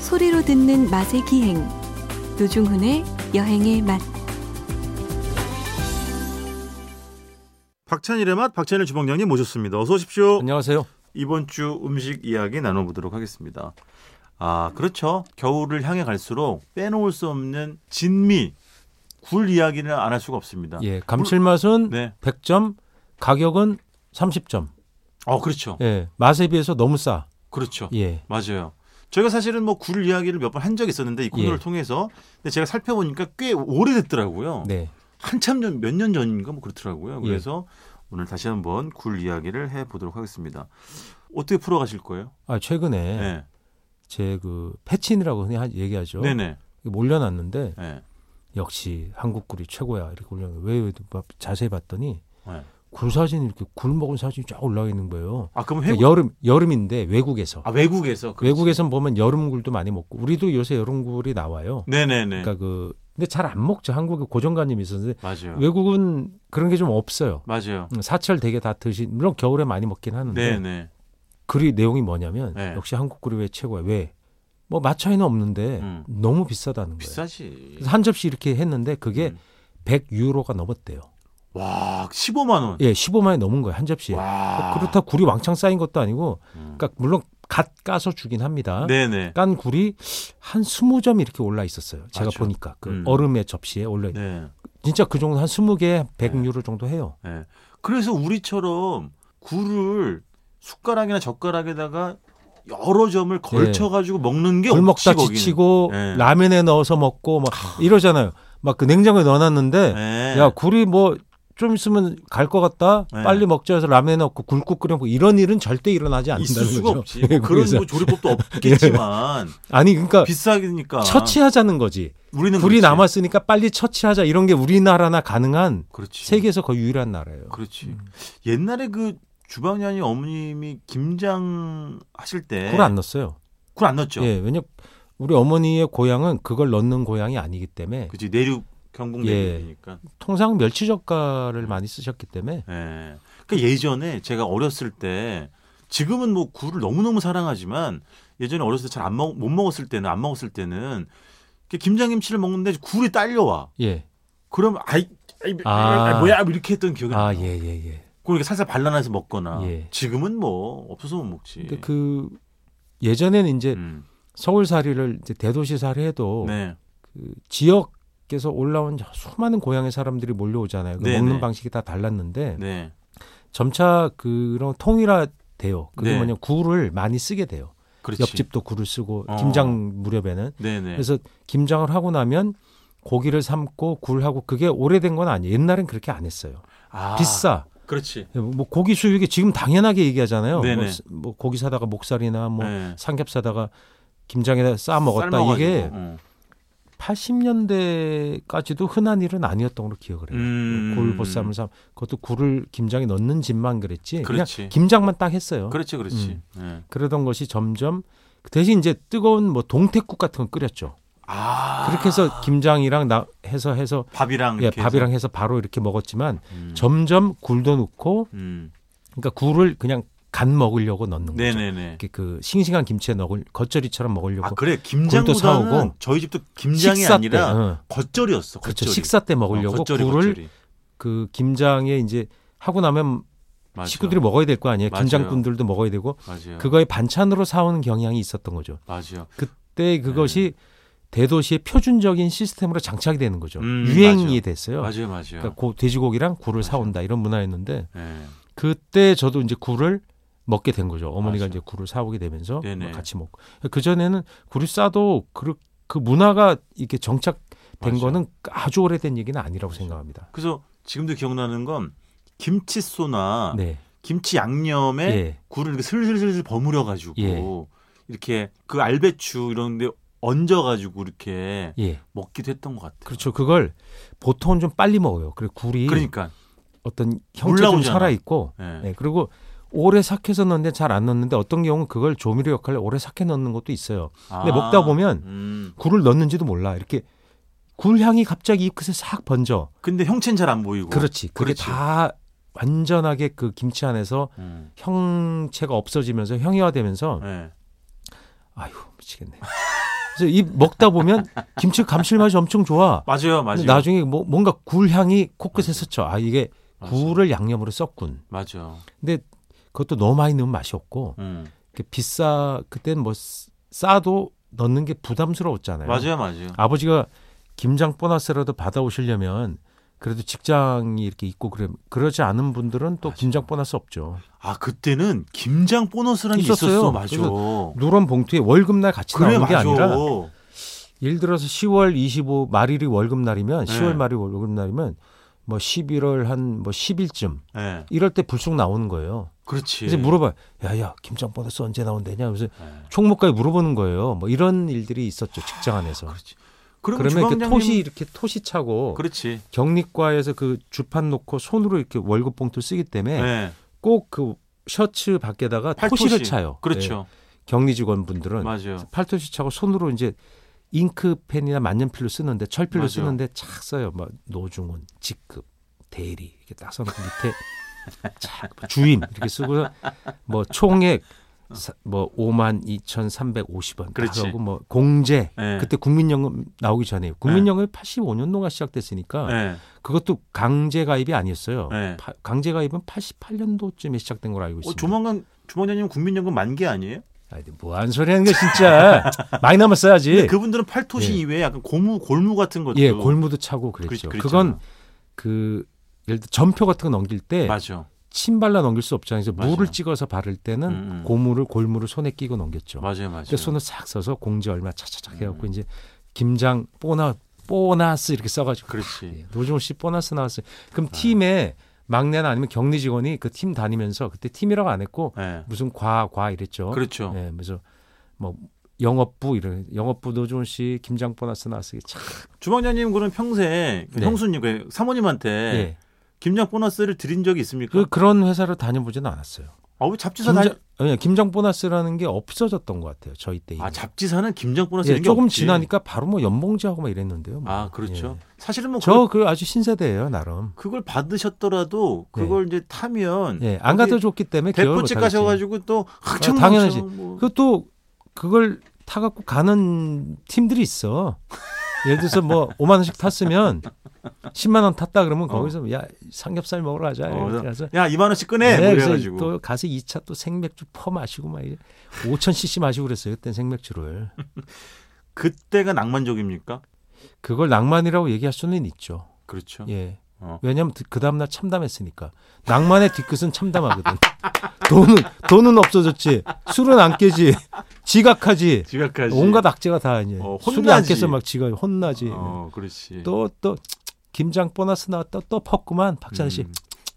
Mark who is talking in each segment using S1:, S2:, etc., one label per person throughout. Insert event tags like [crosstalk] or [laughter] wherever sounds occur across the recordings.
S1: 소리로 듣는 맛의 기행 노중훈의 여행의 맛
S2: 박찬일의 맛 박찬일 주방장님 모셨습니다. 어서 오십시오.
S3: 안녕하세요.
S2: 이번 주 음식 이야기 나눠보도록 하겠습니다. 아 그렇죠. 겨울을 향해 갈수록 빼놓을 수 없는 진미 굴 이야기는 안 할 수가 없습니다.
S3: 예, 감칠맛은
S2: 네.
S3: 100점, 가격은 30점.
S2: 어 그렇죠.
S3: 예, 맛에 비해서 너무 싸.
S2: 그렇죠.
S3: 예.
S2: 맞아요. 저희가 사실은 뭐 굴 이야기를 몇 번 한 적이 있었는데 이 코너를
S3: 예.
S2: 통해서 근데 제가 살펴보니까 꽤 오래됐더라고요.
S3: 네.
S2: 한참 전 몇 년 전인가 뭐 그렇더라고요.
S3: 예.
S2: 그래서 오늘 다시 한번 굴 이야기를 해 보도록 하겠습니다. 어떻게 풀어 가실 거예요?
S3: 아, 최근에
S2: 네.
S3: 제 그 패친이라고 흔히 하- 얘기하죠.
S2: 네, 네.
S3: 이거 뭐 올려놨는데
S2: 네. 역시
S3: 역시 한국 굴이 최고야 이렇게 올려놨는데 왜, 왜 봐- 자세히 봤더니
S2: 네.
S3: 굴 사진 이렇게 굴 먹은 사진이 쫙 올라와 있는 거예요.
S2: 아, 그럼
S3: 그러니까
S2: 해외
S3: 여름 여름인데 외국에서
S2: 아, 외국에서 그렇지.
S3: 외국에선 보면 여름 굴도 많이 먹고 우리도 요새 여름 굴이 나와요.
S2: 네, 네, 네.
S3: 그러니까 그 근데 잘 안 먹죠. 한국에 고정관념이 있었는데
S2: 맞아요.
S3: 외국은 그런 게 좀 없어요.
S2: 맞아요.
S3: 음, 사철 되게 다 드신 물론 겨울에 많이 먹긴 하는데
S2: 네, 네.
S3: 음. 글이 내용이 뭐냐면
S2: 네.
S3: 역시 한국 그룹의 최고야 왜? 뭐 맛 차이는 없는데
S2: 음.
S3: 너무 비싸다는 거예요.
S2: 비싸지.
S3: 그래서 한 접시 이렇게 했는데 그게
S2: 음.
S3: 100유로가 넘었대요.
S2: 와, 15만 원.
S3: 예, 15만이 넘은 거예요 한 접시에. 어,
S2: 와.
S3: 그렇다 굴이 왕창 쌓인 것도 아니고,
S2: 음.
S3: 그러니까 물론 갓 까서 주긴 합니다.
S2: 네, 네.
S3: 깐 굴이 한 20점 이렇게 올라 있었어요. 제가
S2: 맞죠.
S3: 보니까 그
S2: 음.
S3: 얼음의 접시에 올라 있
S2: 네.
S3: 진짜 그 정도 한 20개 100유로 정도 해요.
S2: 예. 그래서 우리처럼 굴을 숟가락이나 젓가락에다가 여러 점을 걸쳐 가지고 먹는 게
S3: 굴
S2: 없지,
S3: 먹다
S2: 거기는.
S3: 네. 지치고
S2: 예.
S3: 라면에 넣어서 먹고 막 이러잖아요. 막 그 냉장고에 넣어놨는데
S2: 예.
S3: 야 굴이 뭐 좀 있으면 갈 것 같다.
S2: 네.
S3: 빨리 먹자 해서 라면에 넣고 굴국 끓여 먹고 이런 일은 절대 일어나지 않는다는
S2: 있을 수가
S3: 거죠.
S2: 없지.
S3: 예,
S2: 그런
S3: 그래서.
S2: 뭐 조리법도
S3: [laughs]
S2: 없겠지만
S3: 아니 그러니까
S2: 비싸니까
S3: 처치하자는 거지.
S2: 우리는
S3: 굴이
S2: 아. 그렇지.
S3: 남았으니까 빨리 처치하자 이런 게 우리나라나 가능한
S2: 그렇지.
S3: 세계에서 거의 유일한 나라예요.
S2: 그렇지.
S3: 음.
S2: 옛날에 그 주방장이 어머님이 김장 하실 때
S3: 굴 안 넣었어요.
S2: 굴안 넣었죠.
S3: 예, 왜냐 우리 어머니의 고향은 그걸 넣는 고향이 아니기 때문에
S2: 그렇지. 내륙 경북
S3: 예.
S2: 내륙이니까.
S3: 통상 멸치
S2: 음.
S3: 젓갈을 많이 쓰셨기 때문에
S2: 예. 그러니까 예전에 제가 어렸을 때 지금은 뭐 굴을 너무너무 사랑하지만 예전에 어렸을 때 잘 안 못 먹었을 때는 안 먹었을 때는 이렇게 김장김치를 먹는데 굴이 딸려와.
S3: 예,
S2: 그럼 아이 아이, 아이,
S3: 아.
S2: 아이, 뭐야 이렇게 했던 기억이
S3: 아
S2: 나요.
S3: 예, 예, 예.
S2: 그러니까 살살 발라놔서 먹거나
S3: 예.
S2: 지금은 뭐 없어서 못 먹지.
S3: 근데 그 예전에는 이제
S2: 음.
S3: 서울살이를 이제 대도시살이 해도
S2: 네.
S3: 그 지역에서 올라온 수많은 고향의 사람들이 몰려오잖아요. 그
S2: 네,
S3: 먹는
S2: 네.
S3: 방식이 다 달랐는데
S2: 네.
S3: 점차 그런 통일화돼요. 그게
S2: 네.
S3: 뭐냐 굴을 많이 쓰게 돼요.
S2: 그렇지.
S3: 옆집도 굴을 쓰고
S2: 어.
S3: 김장 무렵에는
S2: 네, 네.
S3: 그래서 김장을 하고 나면 고기를 삶고 굴하고 그게 오래된 건 아니에요. 옛날엔 그렇게 안 했어요.
S2: 아,
S3: 비싸.
S2: 그렇지.
S3: 뭐 고기 수육이 지금 당연하게 얘기하잖아요.
S2: 네네.
S3: 뭐, 스- 뭐 고기 사다가 목살이나 뭐
S2: 네.
S3: 삼겹사다가 김장에다 싸 먹었다
S2: 삶아가지고.
S3: 이게 네.
S2: 어.
S3: 80년대까지도 흔한 일은 아니었던 걸로 기억을 해요.
S2: 음.
S3: 굴 보쌈을 삼 그것도 굴을 김장에 넣는 집만 그랬지. 냥
S2: 그렇지.
S3: 김장만 딱 했어요.
S2: 그렇지, 그렇지. 예.
S3: 그러던 것이 점점 그 대신 이제 뜨거운 뭐 동태국 같은 거 끓였죠.
S2: 아.
S3: 그렇게 해서 김장이랑 나 해서 해서
S2: 밥이랑
S3: 예,
S2: 이렇게 해서.
S3: 밥이랑 해서 바로 이렇게 먹었지만
S2: 음.
S3: 점점 굴도 넣고
S2: 음.
S3: 그러니까 굴을 그냥 간 먹으려고 넣는 거죠.
S2: 네네네.
S3: 이렇게 그 싱싱한 김치에 넣을 겉절이처럼 먹으려고
S2: 아 그래
S3: 굴도
S2: 김장보다는
S3: 사오고.
S2: 저희 집도 김장이
S3: 식사
S2: 아니라
S3: 때, 응.
S2: 겉절이었어.
S3: 그렇죠.
S2: 겉절이.
S3: 식사 때 먹으려고
S2: 어, 겉절이,
S3: 굴을
S2: 겉절이.
S3: 그 김장에 이제 하고 나면
S2: 맞아요.
S3: 식구들이 먹어야 될 거 아니에요.
S2: 맞아요. 네.
S3: 김장꾼들도 먹어야 되고
S2: 맞아요.
S3: 그거에 반찬으로 사오는 경향이 있었던 거죠.
S2: 맞아요.
S3: 그때 그것이
S2: 네.
S3: 대도시의 표준적인 시스템으로 장착이 되는 거죠.
S2: 음,
S3: 유행이
S2: 맞아요.
S3: 됐어요.
S2: 맞아요. 맞아요.
S3: 그러니까 고- 돼지고기랑 굴을
S2: 맞아요.
S3: 사온다 이런 문화였는데
S2: 예.
S3: 그때 저도 이제 굴을 먹게 된 거죠. 어머니가
S2: 맞아요.
S3: 이제 굴을 사오게 되면서
S2: 네네.
S3: 같이 먹고. 그 전에는 굴이 싸도 그, 그 문화가 이렇게 정착된
S2: 맞아요.
S3: 거는 아주 오래된 얘기는 아니라고 생각합니다.
S2: 그래서 지금도 기억나는 건 김치소나
S3: 네.
S2: 김치 양념에
S3: 예.
S2: 굴을 이렇게 슬슬슬슬 버무려 가지고
S3: 예.
S2: 이렇게 그 알배추 이런데 얹어 가지고 이렇게
S3: 예.
S2: 먹기도 했던 것 같아요.
S3: 그렇죠. 그걸 보통은 좀 빨리 먹어요. 그리고 굴이
S2: 그러니까.
S3: 어떤 형태 좀
S2: 올라오잖아.
S3: 살아 있고
S2: 예.
S3: 네, 그리고 오래 삭혀서 넣는데 잘 안 넣는데 어떤 경우는 그걸 조미료 역할을 오래 삭혀 넣는 것도 있어요. 근데
S2: 아,
S3: 먹다 보면
S2: 음.
S3: 굴을 넣는지도 몰라. 이렇게 굴 향이 갑자기 입끝에 싹 번져.
S2: 근데 형체는 잘 안 보이고.
S3: 그렇지. 그게
S2: 그렇지.
S3: 다 완전하게 그 김치 안에서
S2: 음.
S3: 형체가 없어지면서 형이화되면서
S2: 예.
S3: 아유 미치겠네. 그래서 이 먹다 보면 김치 감칠맛이 엄청 좋아.
S2: 맞아요,
S3: 근데
S2: 맞아요.
S3: 나중에 뭐 뭔가 굴 향이 코끝에 스쳐. 아 이게 굴을 양념으로 썼군.
S2: 맞아.
S3: 근데 그것도 너무 많이 넣으면 맛이 없고
S2: 음.
S3: 이렇게 비싸 그땐 뭐 쓰- 싸도 넣는 게 부담스러웠잖아요.
S2: 맞아요, 맞아요.
S3: 아버지가 김장 보너스라도 받아오시려면 그래도 직장이 이렇게 있고 그래 그러지 않은 분들은 또
S2: 맞아요.
S3: 김장 보너스 없죠.
S2: 아 그때는 김장 보너스라는 게
S3: 있었어요.
S2: 있었어, 맞아.
S3: 누런 봉투에 월급날 같이
S2: 그래
S3: 나오는 게
S2: 맞아.
S3: 아니라 예를 들어서 10월 25 말일이 월급날이면
S2: 네.
S3: 10월 말이 월급날이면 뭐 11월 한 뭐 10일쯤
S2: 예,
S3: 이럴 때 불쑥 나오는 거예요.
S2: 그렇지.
S3: 그래서 물어봐요. 야야 김장 보너스 언제 나온대냐. 그래서
S2: 예,
S3: 총무과에 물어보는 거예요. 뭐 이런 일들이 있었죠 직장 안에서.
S2: 그렇지. 그러면,
S3: 그러면 이렇게
S2: 주방장님-
S3: 토시 이렇게 토시 차고
S2: 그렇지.
S3: 경리과에서 그 주판 놓고 손으로 이렇게 월급 봉투 쓰기 때문에
S2: 예,
S3: 꼭 그 셔츠 밖에다가
S2: 팔토시.
S3: 네. 토시를 차요. 네. 예,
S2: 그렇죠.
S3: 경리 직원분들은
S2: 맞아요.
S3: 그러니까. 팔토시 차고 손으로 이제 잉크펜이나 만년필로 쓰는데 철필로
S2: 맞아요.
S3: 쓰는데 착 써요. 막 노중훈 직급 대리 이렇게 딱 써놓고
S2: [laughs]
S3: 밑에 착뭐 주임 이렇게 쓰고 뭐 총액 사- 뭐 5만 2,350원
S2: 그렇지.
S3: 하고 뭐 공제
S2: 예.
S3: 그때 국민연금 나오기 전에 국민연금이
S2: 네.
S3: 85년 동안 시작됐으니까
S2: 예.
S3: 그것도 강제 가입이 아니었어요.
S2: 네.
S3: 파- 강제 가입은 88년도쯤에 시작된 걸로 알고
S2: 어,
S3: 있습니다.
S2: 조만간 주방장님 국민연금 만기 아니에요?
S3: 아이, 뭐한 소리 하는
S2: [laughs]
S3: 거 진짜 많이 남았어야지.
S2: 그분들은 팔토시
S3: 예.
S2: 이외에 약간 고무 골무 같은 것도
S3: 예, 골무도 차고
S2: 그렇죠. 그리-
S3: 그랬죠.
S2: 그랬잖아.
S3: 그건 예. 그 예를 들어 전표 같은 거 넘길 때
S2: 맞아.
S3: 침발라 넘길 수 없잖아요. 그래서
S2: 맞아요.
S3: 물을 찍어서 바를 때는
S2: 음, 음.
S3: 고무를 골무를 손에 끼고 넘겼죠.
S2: 맞아요, 맞아요.
S3: 그때 손을 싹 써서 공지 얼마 차차착 해갖고
S2: 음.
S3: 이제 김장 보나 보너스 이렇게 써가지고
S2: 그렇지.
S3: 예, 노중호 씨 보너스 나왔어요. 그럼
S2: 아.
S3: 팀에 막내나 아니면 격리 직원이 그 팀 다니면서 그때 팀이라고 안 했고
S2: 예.
S3: 무슨 과, 과 이랬죠.
S2: 그렇죠.
S3: 예, 그래서 뭐 영업부 이런 영업부 노중호 씨 김장 보너스 나왔어요. 참,
S2: 주방장님 그럼 평생
S3: 네.
S2: 형수님 그 사모님한테
S3: 예.
S2: 김장 보너스를 드린 적이 있습니까?
S3: 그 그런 회사를 다녀보지는 않았어요.
S2: 아, 왜 잡지사
S3: 김장,
S2: 다니-
S3: 아니요, 김장 보너스라는 게 없어졌던 것 같아요. 저희 때.
S2: 아 잡지사는 김장 보너스
S3: 예,
S2: 이런 게
S3: 조금
S2: 없지.
S3: 지나니까 바로 뭐 연봉제하고 막 이랬는데요. 뭐.
S2: 아 그렇죠.
S3: 예.
S2: 사실은 뭐
S3: 저 그 아주 신세대예요 나름.
S2: 그, 걸 받으셨더라도 그걸 이제 타면
S3: 예,
S2: 음.
S3: 안
S2: 거기
S3: 가도 좋기 때문에 기억을
S2: 대포집
S3: 못하겠지.
S2: 가셔가지고 또 흑청
S3: 당연하지.
S2: 뭐.
S3: 그또 그걸 타갖고 가는 팀들이 있어. 예를
S2: [laughs]
S3: 들어서 뭐 5만 원씩 탔으면 10만 원 탔다 그러면 거기서 야 삼겹살 먹으러 가자.
S2: 어,
S3: 이렇게 가서
S2: 야 2만 원씩 꺼내
S3: 네,
S2: 뭐
S3: 그래서
S2: 그래가지고
S3: 또 가서 2차 또 생맥주 퍼 마시고 막 5,000cc 마시고 그랬어요. 그때 생맥주를.
S2: 그때가 낭만적입니까?
S3: 그걸 낭만이라고 얘기할 수는 있죠.
S2: 그렇죠.
S3: 예.
S2: 어.
S3: 왜냐하면 그 다음날 참담했으니까 낭만의 뒤끝은 참담하거든. [laughs] 돈은 돈은 없어졌지. 술은 안 깨지. 지각하지.
S2: 지각까지
S3: 온갖 악재가 다 이제
S2: 어,
S3: 술이 안
S2: 혼나지.
S3: 깨서 막 지가 혼나지.
S2: 어 그렇지.
S3: 또 또 김장 보너스 나왔다 또 퍽구만 박찬희 씨.
S2: 음.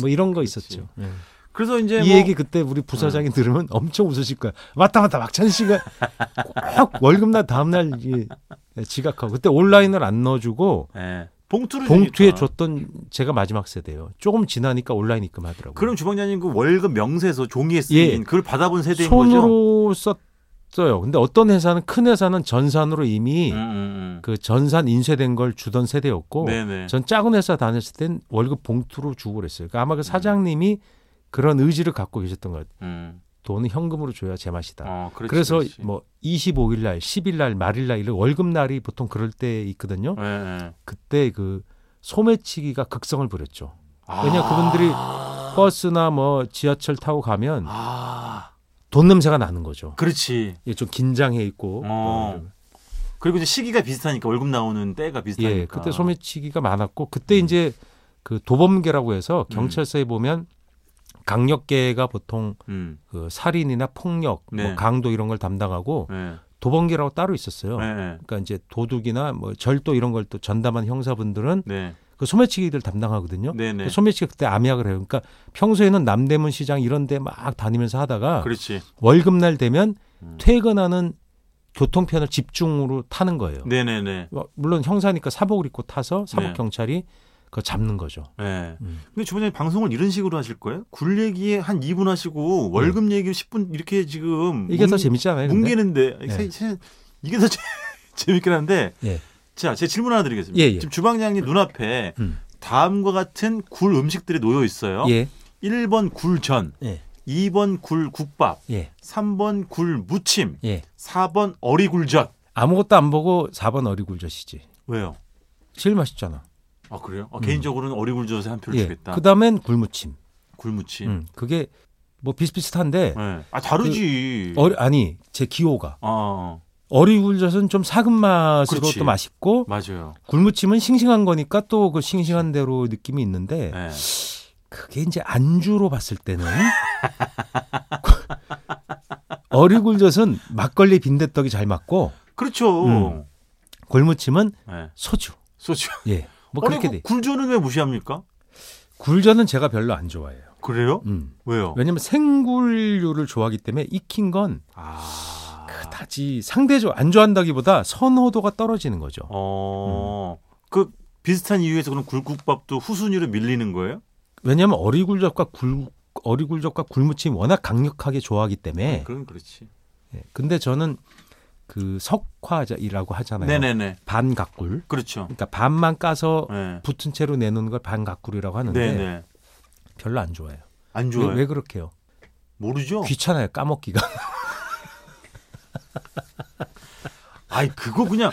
S3: 뭐 이런 거
S2: 그렇지.
S3: 있었죠. 예,
S2: 그래서 이제
S3: 그 이
S2: 뭐 어.
S3: 얘기 그때 우리 부사장이 들으면 엄청 웃으실 거야. 맞다 맞다 박찬희 씨가 꼭 월급날 다음날 이게 지각하고 그때 온라인을 안 넣어주고
S2: 예. 봉투를
S3: 봉투에
S2: 주니까.
S3: 줬던 제가 마지막 세대예요. 조금 지나니까 온라인 입금하더라고요.
S2: 그럼 주방장님 그 월급 명세서 종이에 쓰인
S3: 예.
S2: 그걸 받아본 세대인 거죠?
S3: 손으로 썼어요. 근데 어떤 회사는 큰 회사는 전산으로 이미
S2: 음, 음, 음.
S3: 그뭐 전산 인쇄된 걸 주던 세대였고
S2: 네네.
S3: 전 작은 회사 다녔을 땐 월급 봉투로 주고 그랬어요. 그러니까 아마 그 사장님이 그런 의지를 갖고 계셨던 것 같아요.
S2: 음.
S3: 돈은 현금으로 줘야 제맛이다.
S2: 어, 그렇지,
S3: 그래서
S2: 그렇지.
S3: 뭐 25일 날, 10일 날, 말일 날 이런 월급 날이 보통 그럴 때 있거든요.
S2: 예, 예.
S3: 그때 그 소매치기가 극성을 부렸죠.
S2: 아.
S3: 왜냐 그분들이 버스나 뭐 지하철 타고 가면
S2: 아,
S3: 돈 냄새가 나는 거죠.
S2: 그렇지.
S3: 이게 좀 긴장해 있고. 뭐
S2: 어. 그리고 이제 시기가 비슷하니까 월급 나오는 때가 비슷하니까.
S3: 예, 그때 소매치기가 많았고 그때 이제 그 도범계라고 해서
S2: 음.
S3: 경찰서에 보면 강력계가 보통
S2: 음.
S3: 그 살인이나 폭력,
S2: 네.
S3: 뭐 강도 이런 걸 담당하고
S2: 예.
S3: 도범계라고 따로 있었어요.
S2: 예, 예.
S3: 그러니까 이제 도둑이나 뭐 절도 이런 걸 또 전담한 형사분들은
S2: 네.
S3: 그 소매치기들 담당하거든요.
S2: 네, 네.
S3: 그 소매치기 그때 암약을 해요. 그러니까 평소에는 남대문 시장 이런 데 막 다니면서 하다가
S2: 그렇지.
S3: 어. 월급날 되면
S2: 음.
S3: 퇴근하는 교통편을 집중으로 타는 거예요.
S2: 네, 네, 네.
S3: 뭐, 물론 형사니까 사복을 입고 타서 사복
S2: 네.
S3: 경찰이 그거 잡는 거죠.
S2: 예.
S3: 음.
S2: 근데 주방장님 방송을 이런 식으로 하실 거예요? 굴 얘기에 한 2분 하시고 월급 얘기 10분 이렇게 지금
S3: 네. 이게
S2: 음.
S3: 더
S2: 뭉-
S3: 재밌지 않아요? 근데?
S2: 뭉개는데
S3: 네.
S2: 세- 세- 이게 더 재- [laughs] 재밌긴 한데
S3: 예.
S2: 자, 제 질문 하나 드리겠습니다.
S3: 예, 예.
S2: 지금 주방장님 눈앞에
S3: 음.
S2: 다음과 같은 굴 음식들이 놓여 있어요.
S3: 예.
S2: 1번 굴전,
S3: 예.
S2: 2번 굴국밥,
S3: 예.
S2: 3번 굴무침,
S3: 예.
S2: 4번 어리굴젓.
S3: 아무것도 안 보고 4번 어리굴젓이지.
S2: 왜요?
S3: 제일 맛있잖아.
S2: 아 그래요? 아, 개인적으로는 어리굴젓에 한 표를
S3: 예.
S2: 주겠다.
S3: 그다음엔 굴무침.
S2: 굴무침.
S3: 음, 그게 뭐 비슷비슷한데
S2: 네. 아 다르지.
S3: 그 어리, 아니 제 기호가
S2: 아, 어,
S3: 어리굴젓은 좀 사근 맛으로
S2: 그렇지. 뭐.
S3: 또 맛있고
S2: 맞아요.
S3: 굴무침은 싱싱한 거니까 또 그 싱싱한 대로 느낌이 있는데
S2: 네.
S3: 그게 이제 안주로 봤을 때는 [laughs] 어리굴젓은 막걸리 빈대떡이 잘 맞고
S2: 그렇죠.
S3: 음. 골무침은
S2: 네.
S3: 소주.
S2: 소주.
S3: 예. 뭐
S2: 아니,
S3: 그렇게
S2: 그
S3: 돼.
S2: 굴조는 왜 무시합니까?
S3: 굴전은 제가 별로 안 좋아해요.
S2: 그래요?
S3: 음.
S2: 왜요?
S3: 왜냐면 생굴류를 좋아하기 때문에 익힌 건
S2: 아.
S3: 그다지 상대적으로 안 좋아한다기보다 선호도가 떨어지는 거죠. 음.
S2: 어. 그 비슷한 이유에서 그럼 굴국밥도 후순위로 밀리는 거예요?
S3: 왜냐면 어리굴젓과 굴 어리굴젓과 굴무침 워낙 강력하게 좋아하기 때문에
S2: 네, 그럼 그렇지.
S3: 예. 근데 저는 그 석화자이라고 하잖아요.
S2: 네네네.
S3: 반각굴.
S2: 그렇죠.
S3: 그러니까 반만 까서
S2: 네.
S3: 붙은 채로 내놓는 걸 반각굴이라고 하는데
S2: 네네.
S3: 별로 안 좋아해요.
S2: 안
S3: 왜,
S2: 좋아요. 어.
S3: 왜 그렇게요?
S2: 모르죠?
S3: 귀찮아요. 까먹기가.
S2: [laughs] 아이 그거
S3: [laughs]
S2: 그냥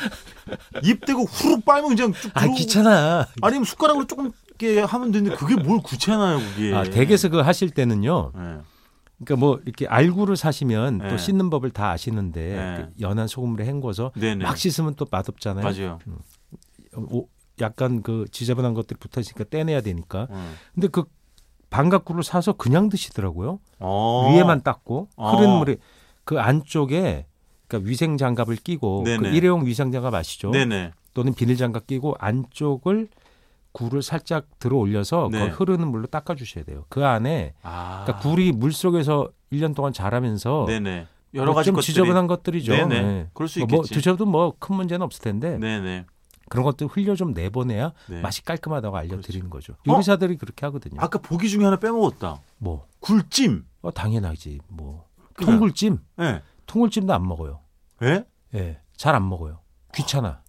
S2: 입 대고 후루 빨면 그냥 쭉.
S3: 아
S2: 들어오고.
S3: 귀찮아.
S2: 아니면 숟가락으로 조금 이렇게 하면 되는데 그게 뭘 귀찮아요 그게.
S3: 아, 댁에서 그 하실 때는요.
S2: 네.
S3: 그러니까 뭐 이렇게 알구를 사시면
S2: 네.
S3: 또 씻는 법을 다 아시는데
S2: 네.
S3: 이렇게 연한 소금으로 헹궈서
S2: 네네.
S3: 막 씻으면 또 맛없잖아요.
S2: 맞아요.
S3: 오, 약간 그 지저분한 것들이 붙어 있으니까 떼내야 되니까.
S2: 음.
S3: 근데 그 반각구를 사서 그냥 드시더라고요.
S2: 어.
S3: 위에만 닦고
S2: 어.
S3: 흐른 물에 그 안쪽에 그러니까 위생 장갑을 끼고 그
S2: 네네.
S3: 일회용 위생 장갑 아시죠?
S2: 네네.
S3: 또는 비닐 장갑 끼고 안쪽을 굴을 살짝 들어 올려서
S2: 네.
S3: 그 흐르는 물로 닦아 주셔야 돼요. 그 안에
S2: 아.
S3: 그러니까 굴이 물 속에서 1년 동안 자라면서
S2: 네네. 여러
S3: 뭐
S2: 가지
S3: 좀
S2: 것들이.
S3: 지저분한 것들이죠.
S2: 네네.
S3: 네.
S2: 그럴 수
S3: 뭐,
S2: 있겠지.
S3: 뭐 드셔도 뭐 큰 문제는 없을 텐데
S2: 네네.
S3: 그런 것들 흘려 좀 내보내야
S2: 네. 그렇죠. 어?
S3: 맛이 깔끔하다고 알려드리는 거죠. 요리사들이 그렇게 하거든요.
S2: 아까 보기 중에 하나 빼먹었다.
S3: 뭐
S2: 굴찜.
S3: 어, 당연하지 뭐
S2: 그냥.
S3: 통굴찜
S2: 예.
S3: 통굴찜도 안 먹어요.
S2: 예?
S3: 예, 잘 안 먹어요. 귀찮아.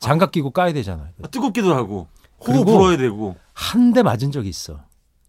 S3: 장갑 끼고 까야 되잖아요.
S2: 아, 뜨겁기도 하고 호흡
S3: 그리고-
S2: 불어야 되고.
S3: 한 대 맞은 적이 있어.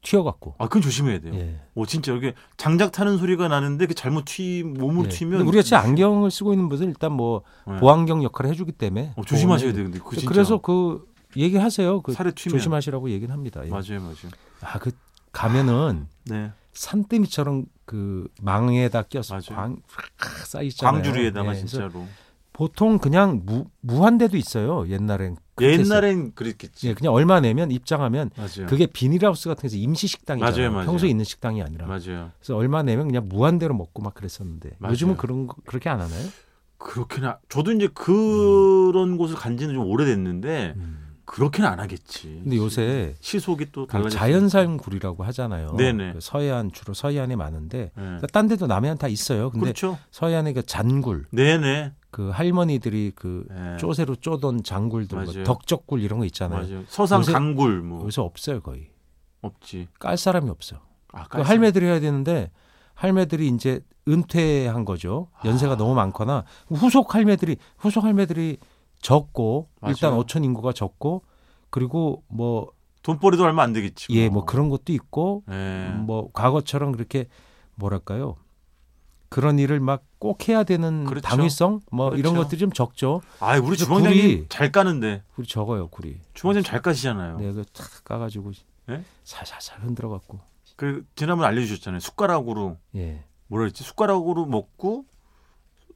S3: 튀어갖고.
S2: 아, 그건 조심해야 돼요.
S3: 예.
S2: 오, 진짜 이렇게 장작 타는 소리가 나는데 그 잘못 튀 몸으로
S3: 예.
S2: 튀면 네.
S3: 근데 우리가 제 안경을 쓰고 있는 분은 일단 뭐
S2: 예.
S3: 보안경 역할을 해주기 때문에
S2: 어, 조심하셔야
S3: 보험에-
S2: 돼요. 근데 그 진짜
S3: 그래서 그 얘기하세요. 그
S2: 살에 튀면
S3: 조심하시라고 얘기는 합니다. 예.
S2: 맞아요, 맞아요.
S3: 아 그 가면은
S2: 네.
S3: 산더미처럼 그 망에다 껴서
S2: 맞아요.
S3: 광 팍 쌓이잖아요.
S2: 광주리에다가
S3: 예, 그래서
S2: 진짜로.
S3: 보통 그냥 무 무한대도 있어요. 옛날엔 그렇게 했어요.
S2: 옛날엔 그랬겠지.
S3: 예, 그냥 얼마 내면 입장하면
S2: 맞아요.
S3: 그게 비닐하우스 같은 데서 임시 식당이잖아요.
S2: 예. 맞아요, 맞아요.
S3: 평소에 있는 식당이 아니라.
S2: 맞아요.
S3: 그래서 얼마 내면 그냥 무한대로 먹고 막 그랬었는데
S2: 맞아요. 예.
S3: 요즘은 그런 거 그렇게 안 하나요?
S2: 그렇게나 저도 이제
S3: 음.
S2: 그런 곳을 간지는 좀 오래됐는데 그렇게는 안 하겠지.
S3: 음. 근데 요새
S2: 시속이 또
S3: 그
S2: 달라져.
S3: 자연사용굴이라고 하잖아요.
S2: 네네.
S3: 그 서해안 주로 서해안에 많은데 그러니까
S2: 네.
S3: 딴 데도 남해안 다 있어요. 근데
S2: 그렇죠.
S3: 서해안에 그 잔굴
S2: 네네.
S3: 그 할머니들이 그
S2: 네.
S3: 쪼새로 쪼던 장굴들 뭐
S2: 맞아요.
S3: 덕적굴 이런 거 있잖아요.
S2: 맞아요. 서상
S3: 요새-
S2: 강굴 뭐
S3: 요새 없어요 거의.
S2: 없지.
S3: 깔 사람이 없어.
S2: 아,
S3: 그 할매들이 해야 되는데 할매들이 이제 은퇴한 거죠. 연세가
S2: 아.
S3: 너무 많거나 후속 할매들이 후속 할매들이 적고
S2: 맞아요.
S3: 일단 어촌 인구가 적고 그리고 뭐 예
S2: 돈벌이도 얼마 안 되겠지.
S3: 뭐 그런 것도 있고
S2: 예.
S3: 뭐 과거처럼 그렇게 뭐랄까요 그런 일을 막 꼭 해야 되는
S2: 그렇죠.
S3: 당위성 뭐 이런
S2: 그렇죠.
S3: 것들이 좀 적죠.
S2: 아, 우리
S3: 근데
S2: 주방장님
S3: 굴이-
S2: 잘 까는데.
S3: 굴이 적어요 굴이.
S2: 주방장님 잘 까시잖아요.
S3: 내가 탁 까가지고
S2: 어. 예?
S3: 살살살 흔들어 갖고
S2: 그 지난번 알려 주셨잖아요. 숟가락으로
S3: 예.
S2: 뭐라 했지? 숟가락으로 먹고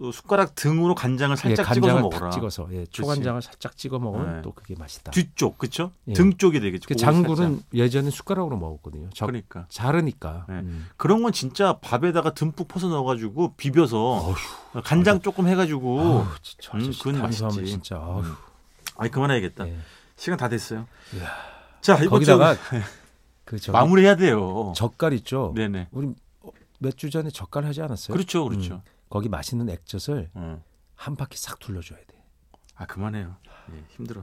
S2: 어, 숟가락 등으로 간장을 살짝
S3: 예,
S2: 찍어서
S3: 간장을
S2: 먹어라.
S3: 탁 찍어서 예, 초간장을 살짝 찍어 먹으면
S2: 네.
S3: 또 그게 맛있다.
S2: 뒤쪽 그렇죠?
S3: 예.
S2: 등 쪽이 되겠죠.
S3: 그
S2: 그거
S3: 장굴은
S2: 살짝.
S3: 예전에 숟가락으로 먹었거든요. 적,
S2: 그러니까
S3: 자르니까.
S2: 네.
S3: 음.
S2: 그런 건 진짜 밥에다가 듬뿍 퍼서 넣어가지고 비벼서 간장 조금 해가지고
S3: 아우, 진짜
S2: 음,
S3: 아저씨
S2: 그건 맛있지.
S3: 탄수화물
S2: 음,
S3: 진짜. 아우,
S2: 아니 그만해야겠다.
S3: 예.
S2: 시간 다 됐어요.
S3: 이야.
S2: 자 이번 주
S3: 거기다가
S2: [laughs]
S3: 그 저기
S2: 네. 마무리해야 돼요.
S3: 젓갈 있죠.
S2: 네네.
S3: 우리 어, 몇 주 전에 젓갈 하지 않았어요?
S2: 그렇죠, 그렇죠.
S3: 거기 맛있는 액젓을
S2: 어.
S3: 한 바퀴 싹 둘러줘야 돼.
S2: 아 그만해요. 예, 힘들어.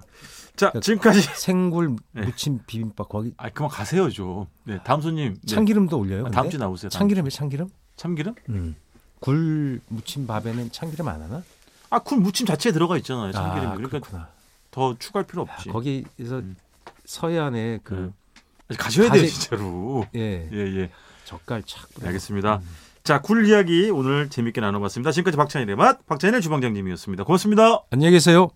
S2: 자
S3: 그러니까-
S2: 지금까지 [laughs]
S3: 생굴
S2: 네.
S3: 무침 비빔밥 거기
S2: 아 그만 가세요 좀. 네 다음 손님 네.
S3: 참기름도 올려요.
S2: 아,
S3: 근데?
S2: 다음 주 나오세요. 다음 네.
S3: 참기름에 참기름? 음.
S2: 주. 참기름?
S3: 굴 무침 밥에는 참기름 안 하나?
S2: 아굴 무침 자체에 들어가 있잖아요. 참기름.
S3: 아,
S2: 그러니까
S3: 그렇구나.
S2: 더 추가할 필요
S3: 아,
S2: 없지.
S3: 거기에서
S2: 음.
S3: 서해안에 그
S2: 가셔야 돼요
S3: 가재-
S2: 진짜로.
S3: 예,
S2: 예 예.
S3: 젓갈 착 뿌려.
S2: 알겠습니다. 자, 굴 이야기 오늘 재밌게 나눠봤습니다. 지금까지 박찬일의 맛, 박찬일 주방장님이었습니다. 고맙습니다.
S3: 안녕히 계세요.